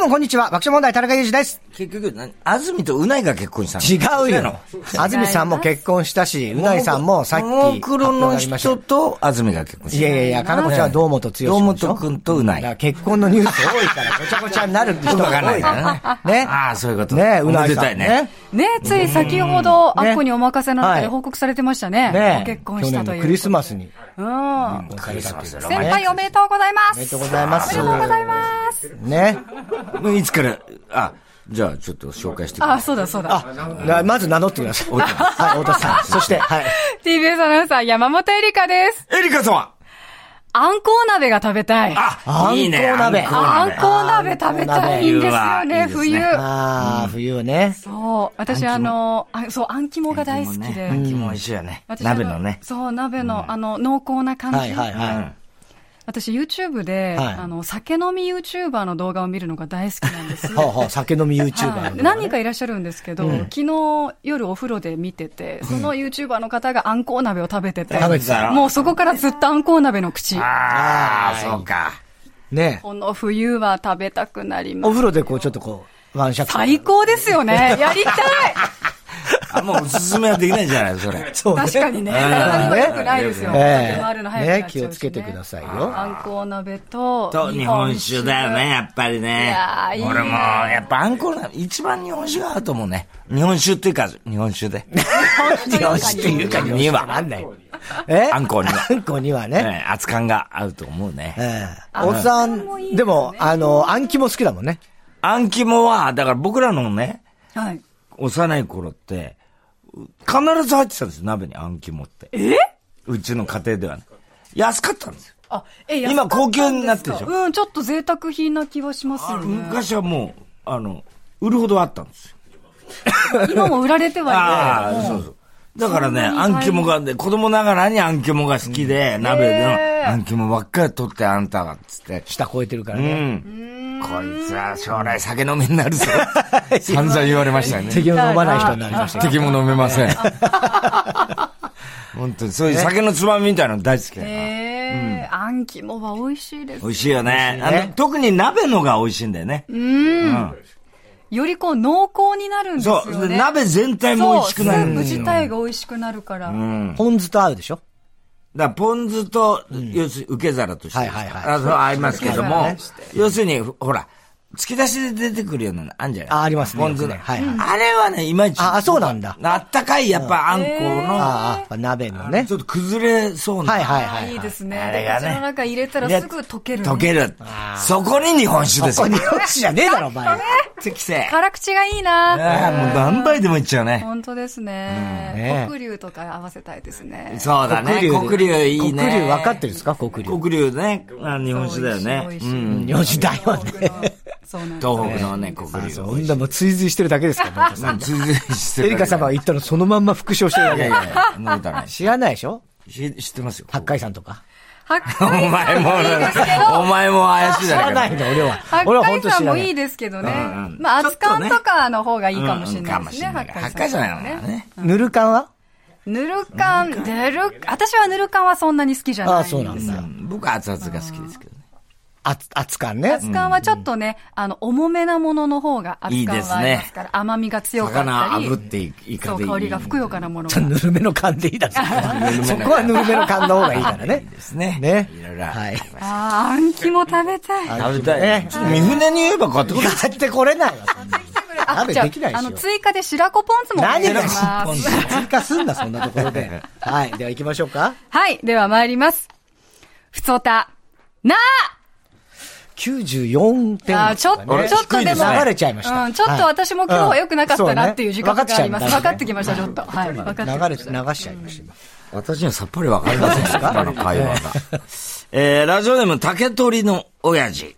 もこんにちは。爆笑問題、田中裕二です。結局、な安住とうないが結婚したの違うよ。安住さんも結婚したし、うないさんもさっき。ももクロの発表がありました人と安住が結婚しいた。やいやいや、かなこちゃんは堂本剛君でしょ。堂本君とうなだい。から結婚のニュース多いから、ごちゃごちゃになる人がわかんないからね。ねああそういうことねうないさん。おめでたいねね、つい先ほど、ねアッコにお任せの中はいで報告されてましたね。ねご結婚去した年とのいう。クリスマスに。うん。クリスマスだろ先輩おめでとうございます。おめでとうございますおめでとうございます。ね。お前いつから、あ、じゃあちょっと紹介してくれあ、そうだそうだ。なまず名乗ってください。はい、太田さん。そして、はい。 TBS アナウンサー山本エリカです。エリカ様あんこう鍋が食べたい。あ、いいね。あんこ鍋あん鍋こう鍋食べたいんですよ冬はいいね、冬ですね。ああ、冬ね。そう。私、あの、あそう、あん肝が大好きであ。ん肝も一緒やね。私鍋のねあ。そう、鍋の、あの、濃厚な感じ。はいはいは私、YouTube で、はいあの、酒飲み YouTuber の動画を見るのが大好きなんです。 い。はあはあ、酒飲み YouTuber はいの。何人かいらっしゃるんですけど、昨日夜お風呂で見てて、その YouTuber の方があんこう鍋を食べてて、食べてたのもうそこからずっとあんこう鍋の口。ああ、そうか。ね。この冬は食べたくなりおます。風呂でこう、ちょっとこう、ワンシャツ。最高です よね。やりたいあんまおすすめはできないじゃない、それ。そうね確かにね。体には良くないですよ。え酒もあるのえ。早くねなっちゃうし気をつけてくださいよ。あんこう鍋とと、日本酒だよね、。やっぱりね。いやーいいね俺も、やっぱあんこな、一番日本酒が合うと思うね。日本酒っていうか、日本酒で。 日本酒っていうか、には。なんだよ。えあんこにはあんこにはえね。え熱感が合うと思うね。ええ。大津さもいいん、ねでも、あの、あんきも好きだもんね。あん肝は、だから僕らのね、はい。幼い頃って、必ず入ってたんですよ、鍋にあん肝って。えうちの家庭ではね。安かったんですよ。あ、え、今安かったん高級になってるでしょですかうん、ちょっと贅沢品な気はしますよね。昔はもう、あの、売るほどあったんですよ。今も売られてはいああ、そうそう。だからね、そんなあにん肝が、で子供ながらにあん肝が好きで、鍋へでえの、あん肝ばっかり取ってあんたが、つって。下超えてるからうね。ん。こいつは将来酒飲みになるぞ。散々言われましたよね。敵を飲まない人になりましたけど。敵も飲めません。 本当に、そういう酒のつまみみたいなの大好きだね。なええ、あん肝は美味しいです美。味しいよね。味しいねあの特に鍋のが美味しいんだよね。よりこう濃厚になるんですそよう。ね。で鍋全体も美味しくなるそんうでスすよ。ープ自だか体が美味しくなるから。ポン酢と合うでしょらポン酢と、要するに受け皿として。はいはいはいあそう合いますけども受け皿ね、要するに、ほら、突き出しで出てくるようなのあんじゃないあありますねポン酢よくの。ねはいはいあれはね、いまいち。ああそうなんだあったかい、やっぱあんこの、ああ、やっぱ鍋のねち。ょっと崩れそうな。はいはいはいはい。いいですあね。れがねで口の中入れたらすぐ溶けるね。溶ける。そこに日本酒ですそこ よ。に落ちじゃねえだろ、お前。適正。辛口がいいあな。あ、もう何杯でもいっちゃうね。本当ですうんねね。黒龍とか合わせたいですね。そうだね。で黒龍いいね。黒龍分かってるんですか黒龍。黒龍ね。あ日本酒だよね。う美味しい美味しいん。四時代はね。そうなんです。東北のね、黒龍。そんなもう追随してるだけですから、ね、なんか全然してるエリカ様が言ったのそのまんま復唱してるだいやいけ。やいや、そんなことはないし知らないでしょし知ってますよ。八海さんとか。白お海前も、ですけどお前も怪しい知だらろ。ないの、俺は。八俺は海本当さ知んらもないいい。ですけどねうんうん。まあ、ちょっ熱とね燗とかの方がいいかもしれうんなかいでもすしね。れない。八八海海さん山はだから。ね。ぬるかんはぬるかん、ぬる、私はぬるかんはそんなに好きじゃないんですよ。あそうなんだうん僕は熱々が好きですけどね。熱、熱かんね。熱燗はちょっとね、あの、重めなものの方が熱燗はありますから、甘みが強かった魚り、炙っていいかそでう、いい。香りがふくよかなものちょっと。がぬるめの缶でいい だろ。そこはぬるめの缶の方がいいからね。ですね。ね。いろいろある。はい。ああ、あん肝食べたい。食べたい。ねちょっと三船に言えば買ってこい。買ってこれないわ、そんなあ鍋じゃできないであ、あすよの、追加で白子ポン酢もお願い何しがまポンす。酢追加すんな、そんなところで。はい。では行きましょうか。はい、では参ります。ふつおた、な94点、あーちょっと、ちょっとでも、流れちゃいました。うん、ちょっと私も今日は良くなかったなっていう自覚があります。分かってきました、ちょっと。はい、分かってきま流れ、した。流しちゃいました、今。私にはさっぱりわかりません でした、あの会話が。えー、ラジオネーム、竹取の親父。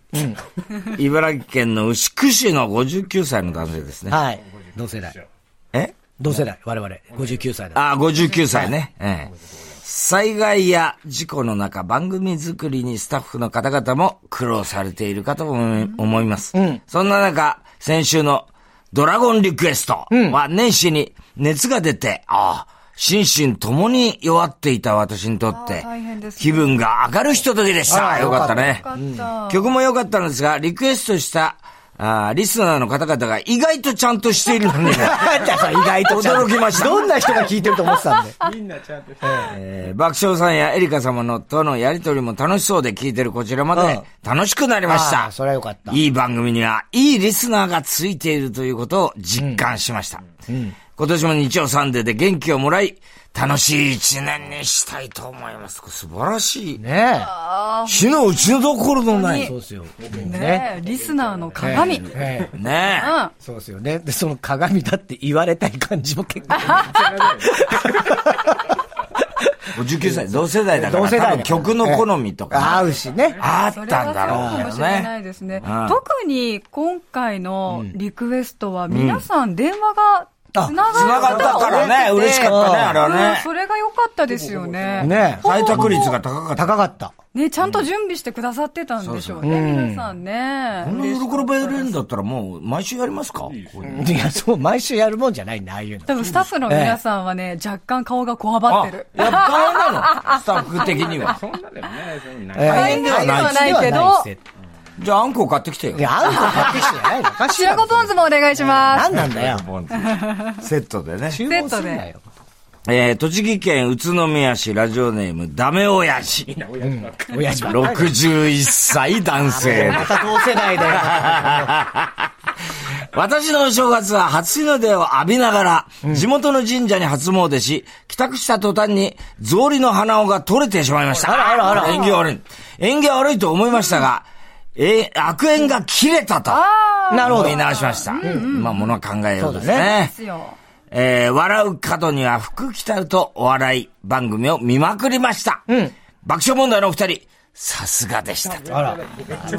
茨城県の牛久市の59歳の男性ですね。はい。同世代。え同世代、我々。59歳だ。あ、59歳ね。ええ災害や事故の中、番組作りにスタッフの方々も苦労されているかとも思います。そんな中、先週のドラゴンリクエストは年始に熱が出て、ああ、心身ともに弱っていた私にとってああ大変ですね、気分が上がるひとときでした。よかったね。よかった曲も良かったのですが、リクエストしたあーリスナーの方々が意外とちゃんとしているの に、意外とちゃんと驚きましたどんな人が聞いてると思ってたんで。えー爆笑さんやエリカ様のとのやりとりも楽しそうで聞いてるこちらまで楽しくなりましあたー。それはよかった。いい番組には、いいリスナーがついているということを実感しました。今年も日曜サンデーで元気をもらい、楽しい一年にしたいと思います。素晴らしい。ね死のうちのどころのない。え。ねうですよ。ねねリスナーの鏡。ええ。え。うん。そうですよね。で、その鏡だって言われたい感じも結構。 59歳、同世代だから、同世代だ多から分曲の好みとか、合うしね。あっそたんれはだそうろかもうけどしれないね。ですね。うん特に今回のリクエストは皆さん電話がつな繋ががるったかことが多くてらね、嬉しかったね、あれはうんね。それが良かったですよね。ね採択率が高かった。高かった。ね、ちゃんと準備してくださってたんでしょうね、皆さんね。こんな喜ばれるんだったらもう、毎週やりますかいや、そう、毎週やるもんじゃないんだ、ああいうの。多分スタッフの皆さんはね、若干顔がこわばあ、ってる。やっぱなの、スタッフ的には。そんなでもないですよ、みんな。大変ではない大変ではないけじゃあ、あんこ買ってきてよい。や、あんこ買ってきてないのおかしい白やろ子ポン酢もお願いします何。なんだよ。セットでね。注文すんなよ。えー、栃木県宇都宮市ラジオネーム、ダメ親父。親父ばっかり61歳男性。また同世代で。私のお正月は初日の出を浴びながら、地元の神社に初詣し、帰宅した途端に、草履の鼻緒が取れてしまいました。あらあらあら縁起悪い。縁起悪いと思いましたが、えー悪縁が切れたと。なるほど見。直しました。まあ、ものは考えようですそうだねで。すよ。えー笑う角には福来たるとお笑い番組を見まくりました。爆笑問題のお二人、さすがでした。あら。だって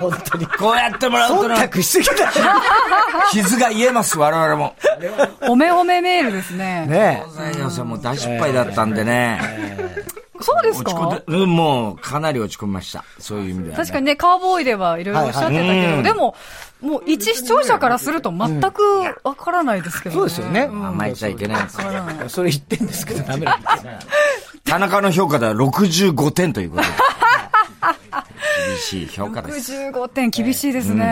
本当に。こうやってもらうと忖ね度しすぎだ傷が癒えます、我々も。おめおめメールですね。ね東西洋さんも大失敗だったんでね。そうです落ち込んかで、うん、もうかなり落ち込みました。そういう意味では、ね。確かにね、カーボーイではいろいろおっしゃってたけど、はいはいうんでも、もう一視聴者からすると全くわからないですけど、ねそうですよね。甘えちゃいけないです。それ言ってんですけど、ダメなんですよ田中の評価では65点ということで。厳しい評価です。 65点厳しいですね。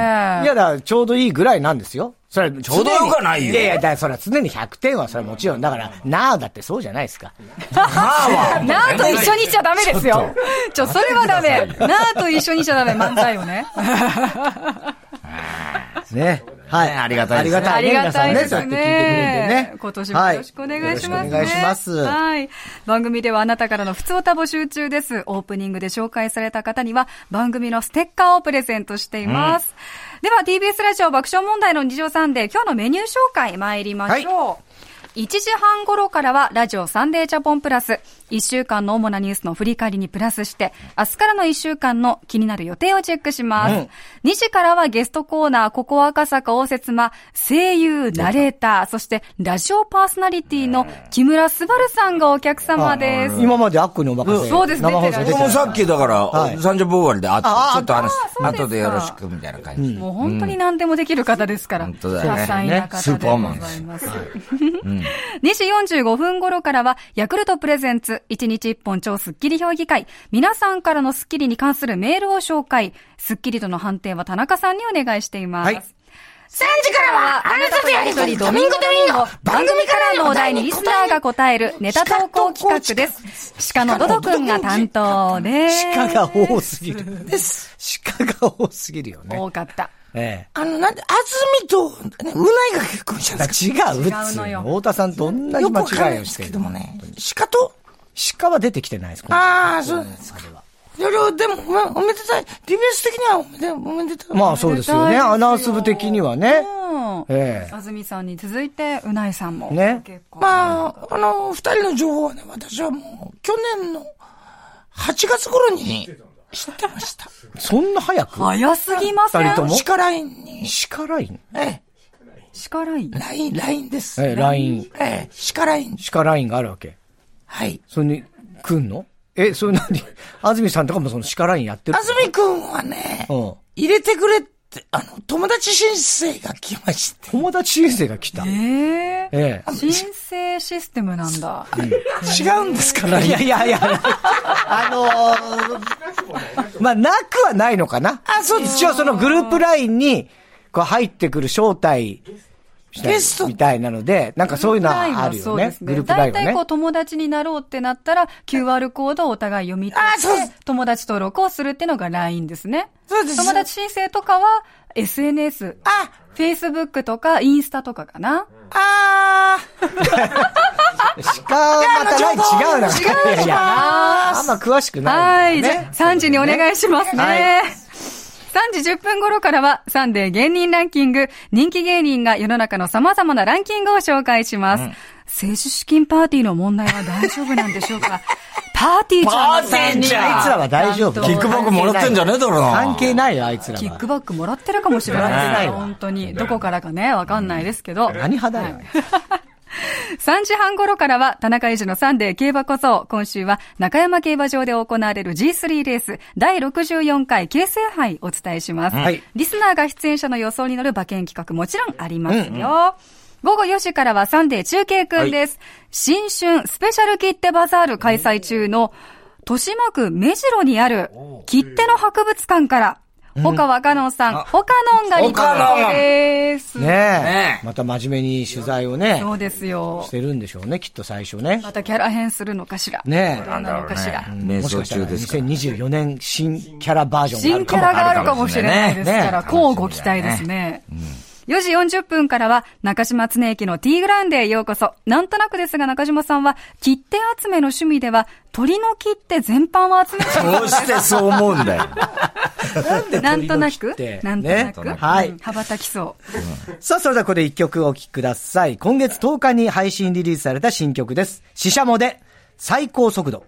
いやだ、ちょうどいいぐらいなんですよ。それちょうどよくはないよいやいや、だからそれは常に100点はそれはもちろん。だから、なあだってそうじゃないですか。 なんと一緒にしちゃダメですよ。ちょ、それはダメ。なーと一緒にしちゃダメ、漫才をね。ね。はい。ありがたいですねありがたいね。皆さんね、そうやって聞いてくれてね。今年もよろしくお願いします、ねはいよろくお願いします。はい。番組ではあなたからの普通歌募集中です。オープニングで紹介された方には番組のステッカーをプレゼントしています。では TBS ラジオ爆笑問題の日常さんで今日のメニュー紹介参りましょう。1時半頃からはラジオサンデーチャポンプラス。1週間の主なニュースの振り返りにプラスして、明日からの1週間の気になる予定をチェックします。2時からはゲストコーナー、ここ赤坂応接間、声優、ナレーター、そしてラジオパーソナリティの木村昴さんがお客様です。今まであっこにお任せ。そうです生放送出て僕もたさっきだから、はい三十分終わりであって、あちょっと話すああ後でよろしくみたいな感じ。もう本当に何でもできる方ですから。本当だよね多彩な方でございます。2時45分頃からは、ヤクルトプレゼンツ、1日1本超スッキリ評議会。皆さんからのスッキリに関するメールを紹介。スッキリとの判定は田中さんにお願いしています。はい3時からは、あなたとやりとり、ドミンゴドミンゴ、番組からのお題にリスナーが答えるネタ投稿企画です。鹿のドドくんが担当です。鹿が多すぎる。鹿が多すぎるよね。多かった。ええ。あの、なんで、安住と、ね、うないが結婚したんですか違う、うっつのようの。太田さんと同じよく間わかんな違いいんをでしすてけるど。もね。鹿と鹿は出てきてないです。こああ、そうなんですか。いやいや、でも、まあ、おめでたい。TBS 的にはおめで、おめでたい。のまあそうですよね。アナウンス部的にはね。うん。ええ安住さんに続いて、うないさんも。ね結構。まあ、あの、二人の情報はね、私はもう、去年の8月頃に知ってました。そんな早く早すぎませ二ん人とも鹿 LINE に、鹿ラインえ鹿ラインえ、LINE、LINE です。ええ、ライン。ええ、鹿 LINE。鹿ラインがあるわけ。はい。それに、来んのえ、それ何 安住さんとかもその鹿ラインやってる安住くんはね、うん。入れてくれって、あの、友達申請が来まして。友達申請が来た。ええええ。申請システムなんだ。違うんですかねいやいやいや、あのーまあ、なくはないのかな。あそうです一応そのグループラインに、こう入ってくる招待したゲストりみたいなので、なんかそういうのはあるよね。グループラインは大体こうね。友達になろうってなったら、QR コードをお互い読み取あそうっでて、友達登録をするっていうのが LINE ですね。そうです友達申請とかは SNS、あ、 Facebook とかインスタとかかな。あ鹿はまたライン違うな。違ういやいやあんま詳しくはないい、んじだよゃね。あ3時にお願いしますね。はい3時10分頃からは、サンデー芸人ランキング、人気芸人が世の中の様々なランキングを紹介します。政治資金パーティーの問題は大丈夫なんでしょうか パーティーちゃんパーのティーちゃんあいつらは大丈夫。キックバックもらってんじゃねえだろうな関係ないよ、あいつらキッはク。バックもらってるかもしれないですよ、ね本当に。どこからかね、わかんないですけど。何派だよ。 3時半頃からは、田中裕二のサンデー競馬こそ、今週は中山競馬場で行われる G3 レース第64回京成杯お伝えします。はいリスナーが出演者の予想に乗る馬券企画もちろんありますよ。午後4時からはサンデー中継くんです。新春スペシャル切手バザール開催中の豊島区目白にある切手の博物館から、岡若野さん、岡野がリポートです。ねねえ。また真面目に取材をね、そうですよし。てるんでしょうね、きっと最初ね。またキャラ変するのかしら。ねえどうなのかしら。瞑想中ですから。 2024年新キャラバージョンがあ新るキかャも。ラがあるかもしれないですかねら、ね乞うご期待ですね。4時40分からは、中島恒之の T グラウンドへようこそ。なんとなくですが、中島さんは、切手集めの趣味では、鳥の切手全般を集めているどうしてそう思うんだよ。なんとな鳥のく切手、なんとなく、ねはいうん羽ばたきそう。さあ、それではここで一曲お聴きください。今月10日に配信リリースされた新曲です。シシャモで最高速度。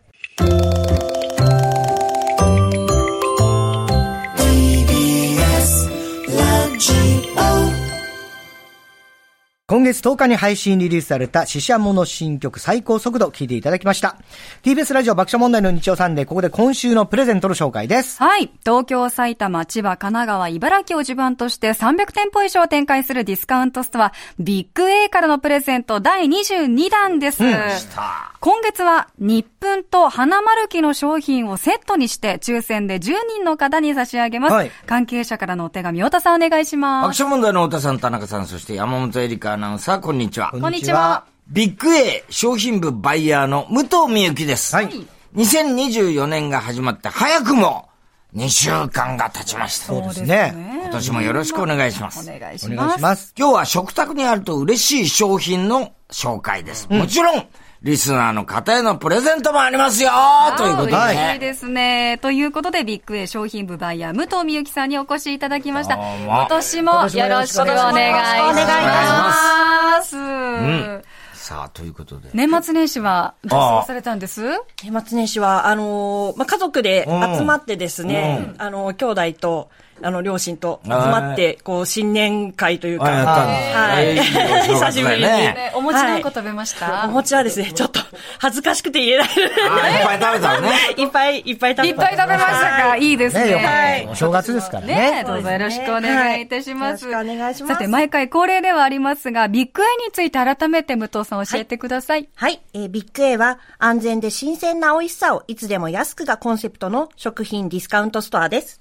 今月10日に配信リリースされたシシャモの新曲最高速度聴いていただきました。TBS ラジオ爆笑問題の日曜サンデー、ここで今週のプレゼントの紹介です。はい。東京、埼玉、千葉、神奈川、茨城を地盤として300店舗以上展開するディスカウントストア、ビッグ A からのプレゼント第22弾です。今月は、日分と花丸記の商品をセットにして、抽選で10人の方に差し上げます。はい関係者からのお手紙、太田さんお願いし爆ます。笑問題の太田さん、田中さん、そして山本エリカアナウンサー、こんにちは。こんにちは。ビッグ A 商品部バイヤーの武藤美幸です。はい2024年が始まって早くも2週間が経ちました。そうですね今年もよろしくお願いしまおす。願いしお願いましす。ます。今日は食卓にあると嬉しい商品の紹介です。もちろん、リスナーの方へのプレゼントもありますよということで。あー嬉しいですね。ということで、ビッグ A 商品部バイヤー、武藤美幸さんにお越しいただきました。うも今年もよろしくお願いします。さあ、ということで。年末年始は、どう過ごされたんです年末年始は、あのーまあ、家族で集まってですね、あの、兄弟と、あの、両親と集まって、こう、新年会というか、あやったんだはえい。ーいい 久お正月しぶりに。だよねお餅何個はい食べました、お餅はですね、ちょっと、恥ずかしくて言えない。あーいっぱい食べたのね。 いっぱいいっぱい食べいっぱい食べましたか、い、いですね。ね、よかったいお正月ですからね。ねどうぞよろしくお願いいたします。はいよろしくお願いしますさて、毎回恒例ではありますが、ビッグ A について改めて武藤さん教えてください。はい、えービッグ A は安全で新鮮な美味しさをいつでも安くがコンセプトの食品ディスカウントストアです。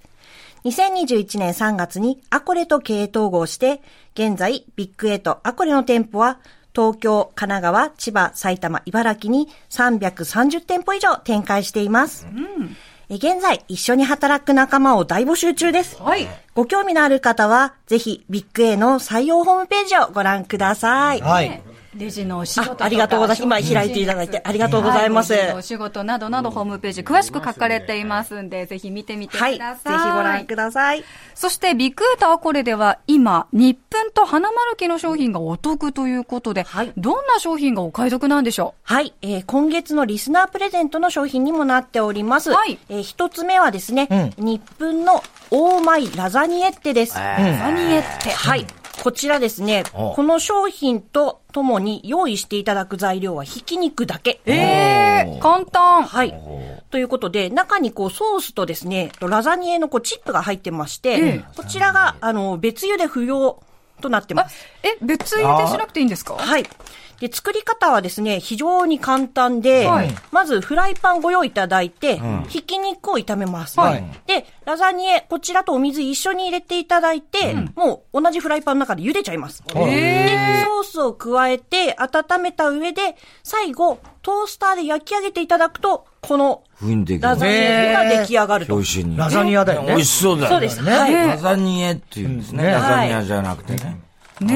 2021年3月にアコレと経営統合して、現在ビッグ A とアコレの店舗は東京、神奈川、千葉、埼玉、茨城に330店舗以上展開しています。えー現在一緒に働く仲間を大募集中です。はい。ご興味のある方は、ぜひビッグ A の採用ホームページをご覧ください。はい。レジのお仕事あとかありがとうございます。今開いていただいてありがとうございます。はレジのはお仕事などなどホームページ詳しく書かれていますんで、ぜひ見てみてください。い。ぜひご覧ください。そして、ビッグエーターコレでは今、日分と花丸記の商品がお得ということで、はいどんな商品がお買い得なんでしょはい、えー今月のリスナープレゼントの商品にもなっております。はいえー一つ目はですね、日本のオーマイラザニエッテでうす。ザニエって。はい。こちらですね、おこの商品とともに用意していただく材料はひき肉だけ。えー、簡単。はい。ということで、中にこうソースとですね、とラザニエのこうチップが入ってまして、えこちらが、あの、別湯で不要となってあます。え、別入れしなくていいんですかはい。で、作り方はですね、非常に簡単で、はいまずフライパンご用意いただいて、ひき肉を炒めます。はいで、ラザニエ、こちらとお水一緒に入れていただいて、もう同じフライパンの中で茹でちゃいます。でソースを加えて温めた上で、最後、トースターで焼き上げていただくと、このふんできラる。ザニエが出来上がる美と味。しいに。ラザニアだよ美ね味。しそうだよね。そうです。はい。ラザニエっていうんですね。ねラザニアじゃなくてね。はねい、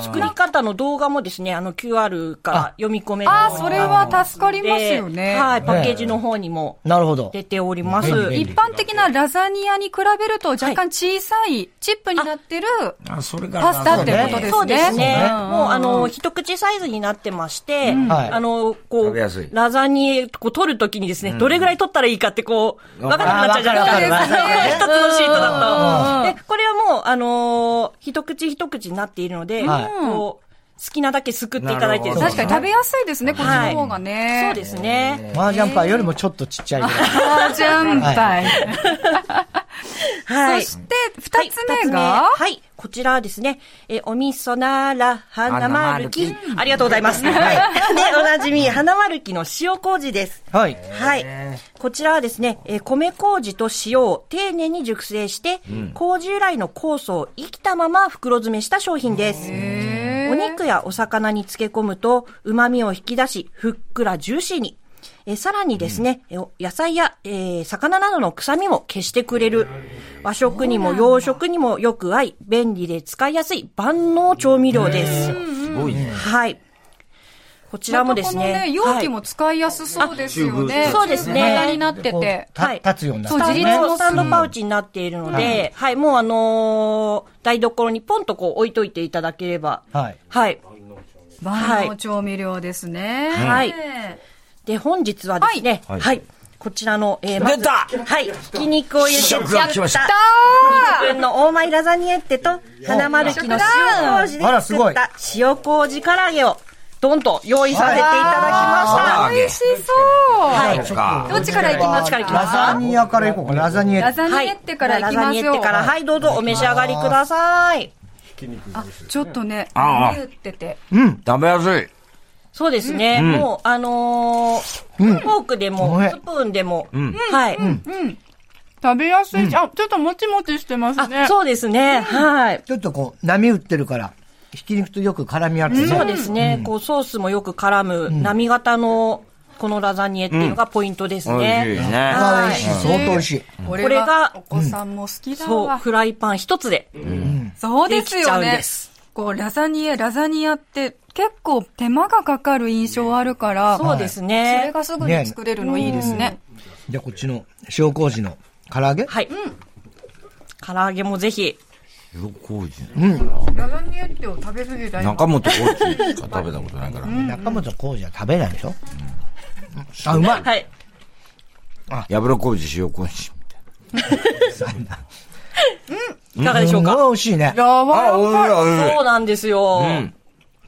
え。作り方の動画もですね、あの QR から読み込めるあよあ、うにそれは助かりますよでね。はい、パッケージの方にもなるほど。出ております。便利一般的なラザニアに比べると若干小さいチップになってるあ、それからパスタってことですね。そうですね。んもう、あの、一口サイズになってまして、はいあの、こ、食べやすいうラザニア、こう、取るときにですね、どれぐらい取ったらいいかって、こう、わわかるからなくなっちゃうじゃないですわかか。るわかる 一つのシートうんだと。で、これはもう、あの、一口一口になっているので、はいこう、好きなだけすくっていただいてなるほど確かに食べやすいですね、こっちはのい方がね。そうですね。マージャンパイよりもちょっとちっちゃいぐらい。あ ージャンパイ。はそい。して、二つ目が、はい二つ目はい、こちらですね。えー、おみそなら、花丸花き丸。ありがとうございます。はい。で、おなじみ、花丸きの塩麹です。はい。はい。こちらはですね、えー米麹と塩を丁寧に熟成して、麹由来の酵素を生きたまま袋詰めした商品です。お肉やお魚に漬け込むと、旨味を引き出し、ふっくらジューシーに。えーさらにですね、えー野菜や、えー魚などの臭みも消してくれる。和食にも洋食にもよく合い、便利で使いやすい万能調味料です。すごいね。はい。こちらもですまたこね。の容器はもい使いやすそうですよはいね。あそうですね中型になってこうて。たはい立つようになってそうる自自立立ののスタンドパウチになっているので、はい、もうあのー台所にポンとこう置いといていただければ。はい。はい。万能調味料ですね。はいで、本日はですね、ははいい。こちらの、えー、出たずはい。ひき肉を入れて、試食が来ましたやっ自分のオーマイラザニエッテと、花丸きの塩麹であらすご作いった塩麹唐揚げを、ドンと用意させていただきあまー美味しそう。はいそうかどっちから行きますかどっちから行きますラザニアから行こうか。ラザニラア。ザした。ニはエッテから行きまラすザニエよ。ッテから、はい、どうぞお召し上がりください。ちょっとね、ああ言ってて。食べやすい。そうですね。もう、あのーフォークでもごめん、スプーンでも、はい、食べやすいし、あ、ちょっともちもちしてますねあ。そうですね。はい。ちょっとこう、波打ってるから、ひき肉とよく絡み合ってね。そうですね。こう、ソースもよく絡む、波型の、このラザニエっていうのがポイントです美味しいね。ね。あー美味しい。相当美味しい。ここれがお子さんも好きだそう、わ。フライパン一つで。そうですよできちゃうんねで。すこう、ラザニエ、ラザニアって結構手間がかかる印象あるから、そうですそれね。がすぐに作れるのいいですね。じゃあこっちの塩麹の唐揚げはい。唐揚げもぜひ。塩麹。ラザニエッテを食べ過ぎた中本麹しか食べたことないから。中本麹は食べないでしょあ、うまいはい。ヤブロ麹、塩麹。いかがでしょうすかごい美味しいね。柔らあ、おいしい、かおいしいそうなんですよ。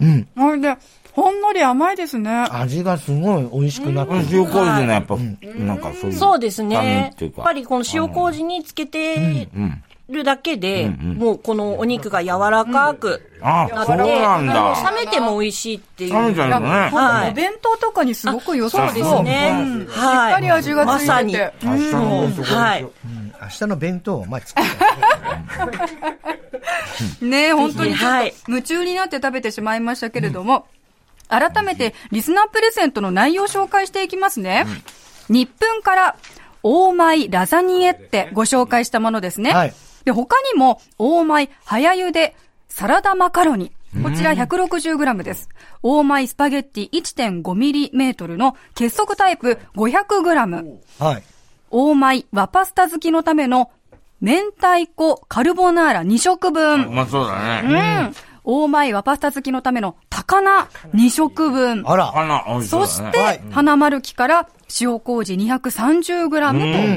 い。ほんで、ほんのり甘いですね。味がすごい美味しくなってる。塩麹のやっぱ、なんかそういう。そうですね。ってやいっうかぱりこの塩麹につけてるだけで、もうこのお肉が柔らかくあな、っそて、うなんだ。冷めても美味しいっていう。冷めちゃうよほんね。とお弁当とかにすごく良さそうでそすう。ね。はい。しっかり味がつまさいに。てて。明日のも弁う当はい。明日の弁当をお前作る。ね本当にちょはっいと夢中になって食べてしまいましたけれども、改めてリスナープレゼントの内容を紹介していきますね。日分から、オーマイラザニエってご紹介したものですね。はいで、他にも、オーマイ早茹でサラダマカロニ。こちら 160g です。オーマイスパゲッティ 1.5mm の結束タイプ 500g。はい。オーマイ和パスタ好きのための明太子カルボナーラ2食分。うまそうだね。うん。大前和パスタ好きのための高菜2食分。あら。花、美味しそそうだして、ね。花丸木から塩麹 230g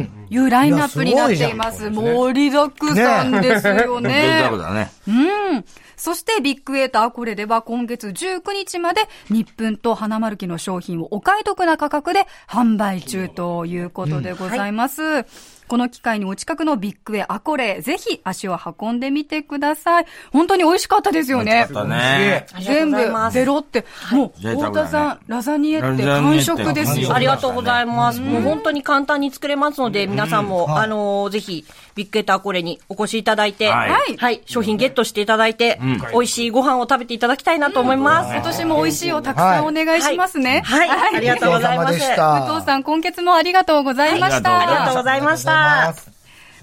というラインナップになっています。盛りだくさんですよね。贅 沢だね。うん。そして、ビッグエーターこれでは今月19日まで、日本と花丸木の商品をお買い得な価格で販売中ということでございます。この機会にお近くのビッグウェイアコレ、ぜひ足を運んでみてください。本当に美味しかったですよね。美味しかったねすげえ全部ありがとうございますベロって、もう、贅沢だね太田さん、ラザニエってラザニエ完って食ですよ完。ありがとうございます。もう本当に簡単に作れますので、皆さんも、あのー、ぜひ、ビッグエターコレにお越しいただいて、はいはいはい、商品ゲットしていただいて、美味しいご飯を食べていただきたいなと思います。今年も美味しいをたくさんお願いしますね。はい、ありがとうございます。武藤さん、今月もありがとうございました。はいありありがとうございました。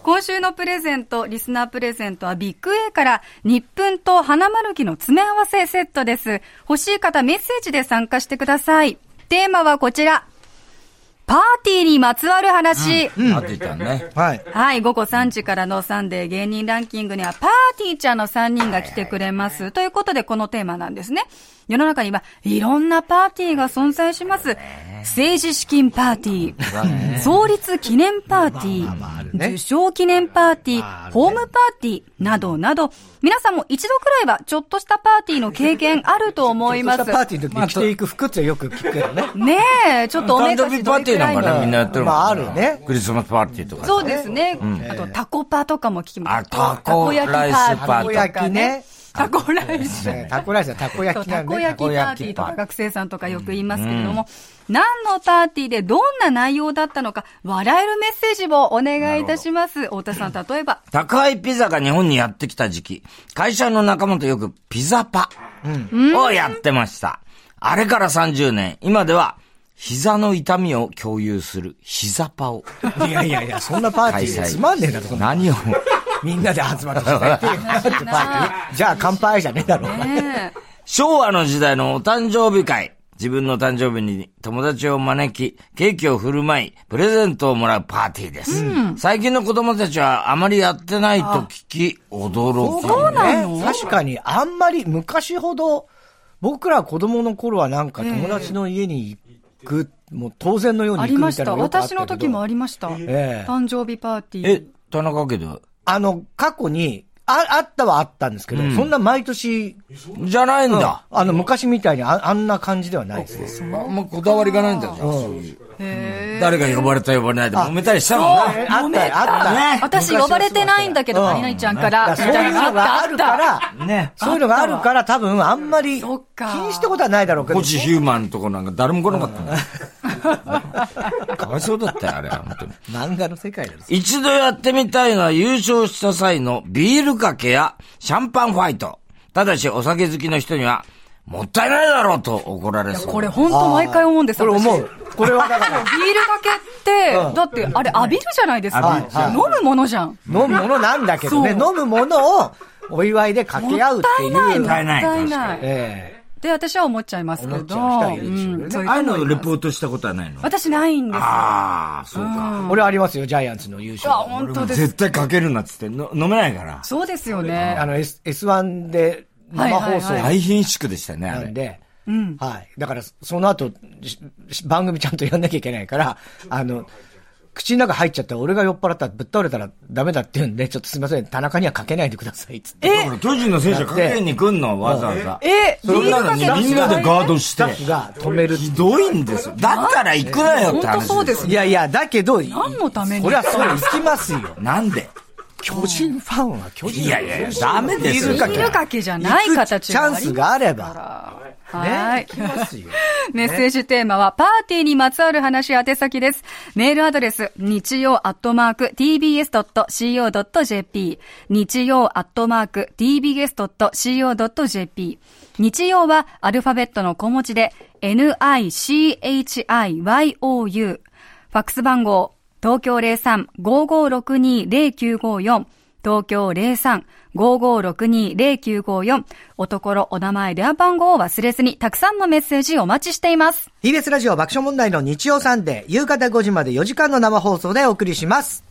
今週のプレゼント、リスナープレゼントはビッグ A から、日分と花丸木の詰め合わせセットです。欲しい方、メッセージで参加してください。テーマはこちら。パーティーにまつわる話。あって言ったね。はい。はい、午後3時からのサンデー芸人ランキングにはパーティーちゃんの3人が来てくれます。ということで、このテーマなんですね。世の中にはいろんなパーティーが存在します。政治資金パーティー、創立記念パーティー、受賞記念パーティー、ホームパーティーなどなど、皆さんも一度くらいはちょっとしたパーティーの経験あると思いますパ。ーティーの時に着ていく服ってよく聞くけどね。ねえ、ちょっとおめ誕か生し日どパれーティーくならんいかのなみんなやってるもんまああるねクリスマスパーティーとか。そうですね。あと、タコパとかも聞きます。あタコライスパたこ焼きね。タコライス。ねタコライスはたこそう焼きなたんこで。焼きパーティーとか学生さんとかよく言いますけれども、何のパーティーでどんな内容だったのか、笑えるメッセージをお願いいたします。太田さん、例えば、宅配ピザが日本にやってきた時期、会社の仲間とよくピザパをやってました。あれから30年、今では膝の痛みを共有する膝パをいやいやいや、そんなパーティーつまんねえだろ、そんな。何を、みんなで集まってさ手を振ってパーティー じゃあ乾杯じゃねえだろ。ねえ昭和の時代のお誕生日会。自分の誕生日に友達を招き、ケーキを振る舞い、プレゼントをもらうパーティーです。最近の子供たちはあまりやってないと聞き、驚き。ね確かに、あんまり昔ほど、僕ら子供の頃はなんか友達の家に行く、もう当然のようにあ行りくまみしたいなた。のよくあった私けどの時もありました。ええ誕生日パーティー。え、田中家ではあの、過去に、あ、あったはあったんですけど、そんな毎年、じゃないんだ。あの、昔みたいにああんな感じではないですね。あんまこだわりがないんだじゃんそういう。誰が呼ばれた呼ばれないで揉めたりしたもんえな。あった、あった。私呼ばれてないんだけど、何々ちゃんから、みそうたいいうなのがあるか。ら、ね。そういうのがあるから多分あんまり気そっかにしたことはないだろうけどコ、チヒューマンのとこなんか誰も来なかった の。かわいそうだったよ、あれは、本当に。漫画の世界です。一度やってみたいのは優勝した際のビールかけやシャンパンファイト。ただし、お酒好きの人には、もったいないだろうと怒られそう。これ本当毎回思うんですこれ思私う。これはだか ビールかけって、だって、あれ浴びるじゃないですか。飲むものじゃん。ら、飲むものなんだけどね、そ飲むものをお祝いで掛け合うっていう。もったいない。もったい確なかいに。ええで、私は思っちゃいますけど。思っちゃう人はいるでしょうねうんそういうああいう方のもいレますポートしたことはないの私ないんです。ああ、そうか。俺はありますよ、ジャイアンツの優あ、勝。本当です。絶対かけるなっつって、の飲めないから。そうですよあね。の、S、S1 で生放送はい大貧縮でしたね、あなんれ。で、はい。だから、その後、しし番組ちゃんとやんなきゃいけない から、あの、口の中入っちゃった俺が酔っ払ったらぶっ倒れたらダメだって言うんで、ちょっとすみません、田中にはかけないでください、 つって。だから巨人の選手がかけに来んの、わざわざ。え、ビそんーなルのかにけのみんなでガードしスタッて。フが止める。ひどいんですよ。だったら行くなよって本当話。そうですいやいや、だけど、何のためにこれはそう、行きますよ。なんで巨人ファンは巨人いやいやいや、ダメですよ。ビールかビールかけじゃない形チャンスがあれば。ば。ねは行いき。ますよ。 メッセージテーマは、パーティーにまつわる話宛先です。メールアドレス、日曜アットマーク tbs.co.jp。日曜アットマーク tbs.co.jp。日曜はアルファベットの小文字で、nichiyou。ファックス番号、東京03-5562-0954。東京03-5562-0954。おところ、お名前、電話番号を忘れずに、たくさんのメッセージお待ちしています。 TBS ラジオ爆笑問題の日曜サンデー、夕方5時まで4時間の生放送でお送りします。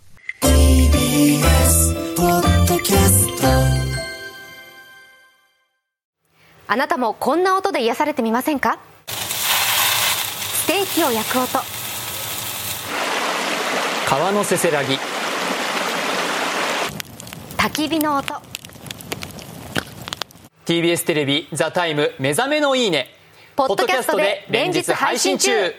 あなたもこんな音で癒されてみませんかステーキを焼く音川のせせらぎ焚き火の音 TBS テレビ「ザタイム目覚めのいいね」ポッドキャストで連日配信中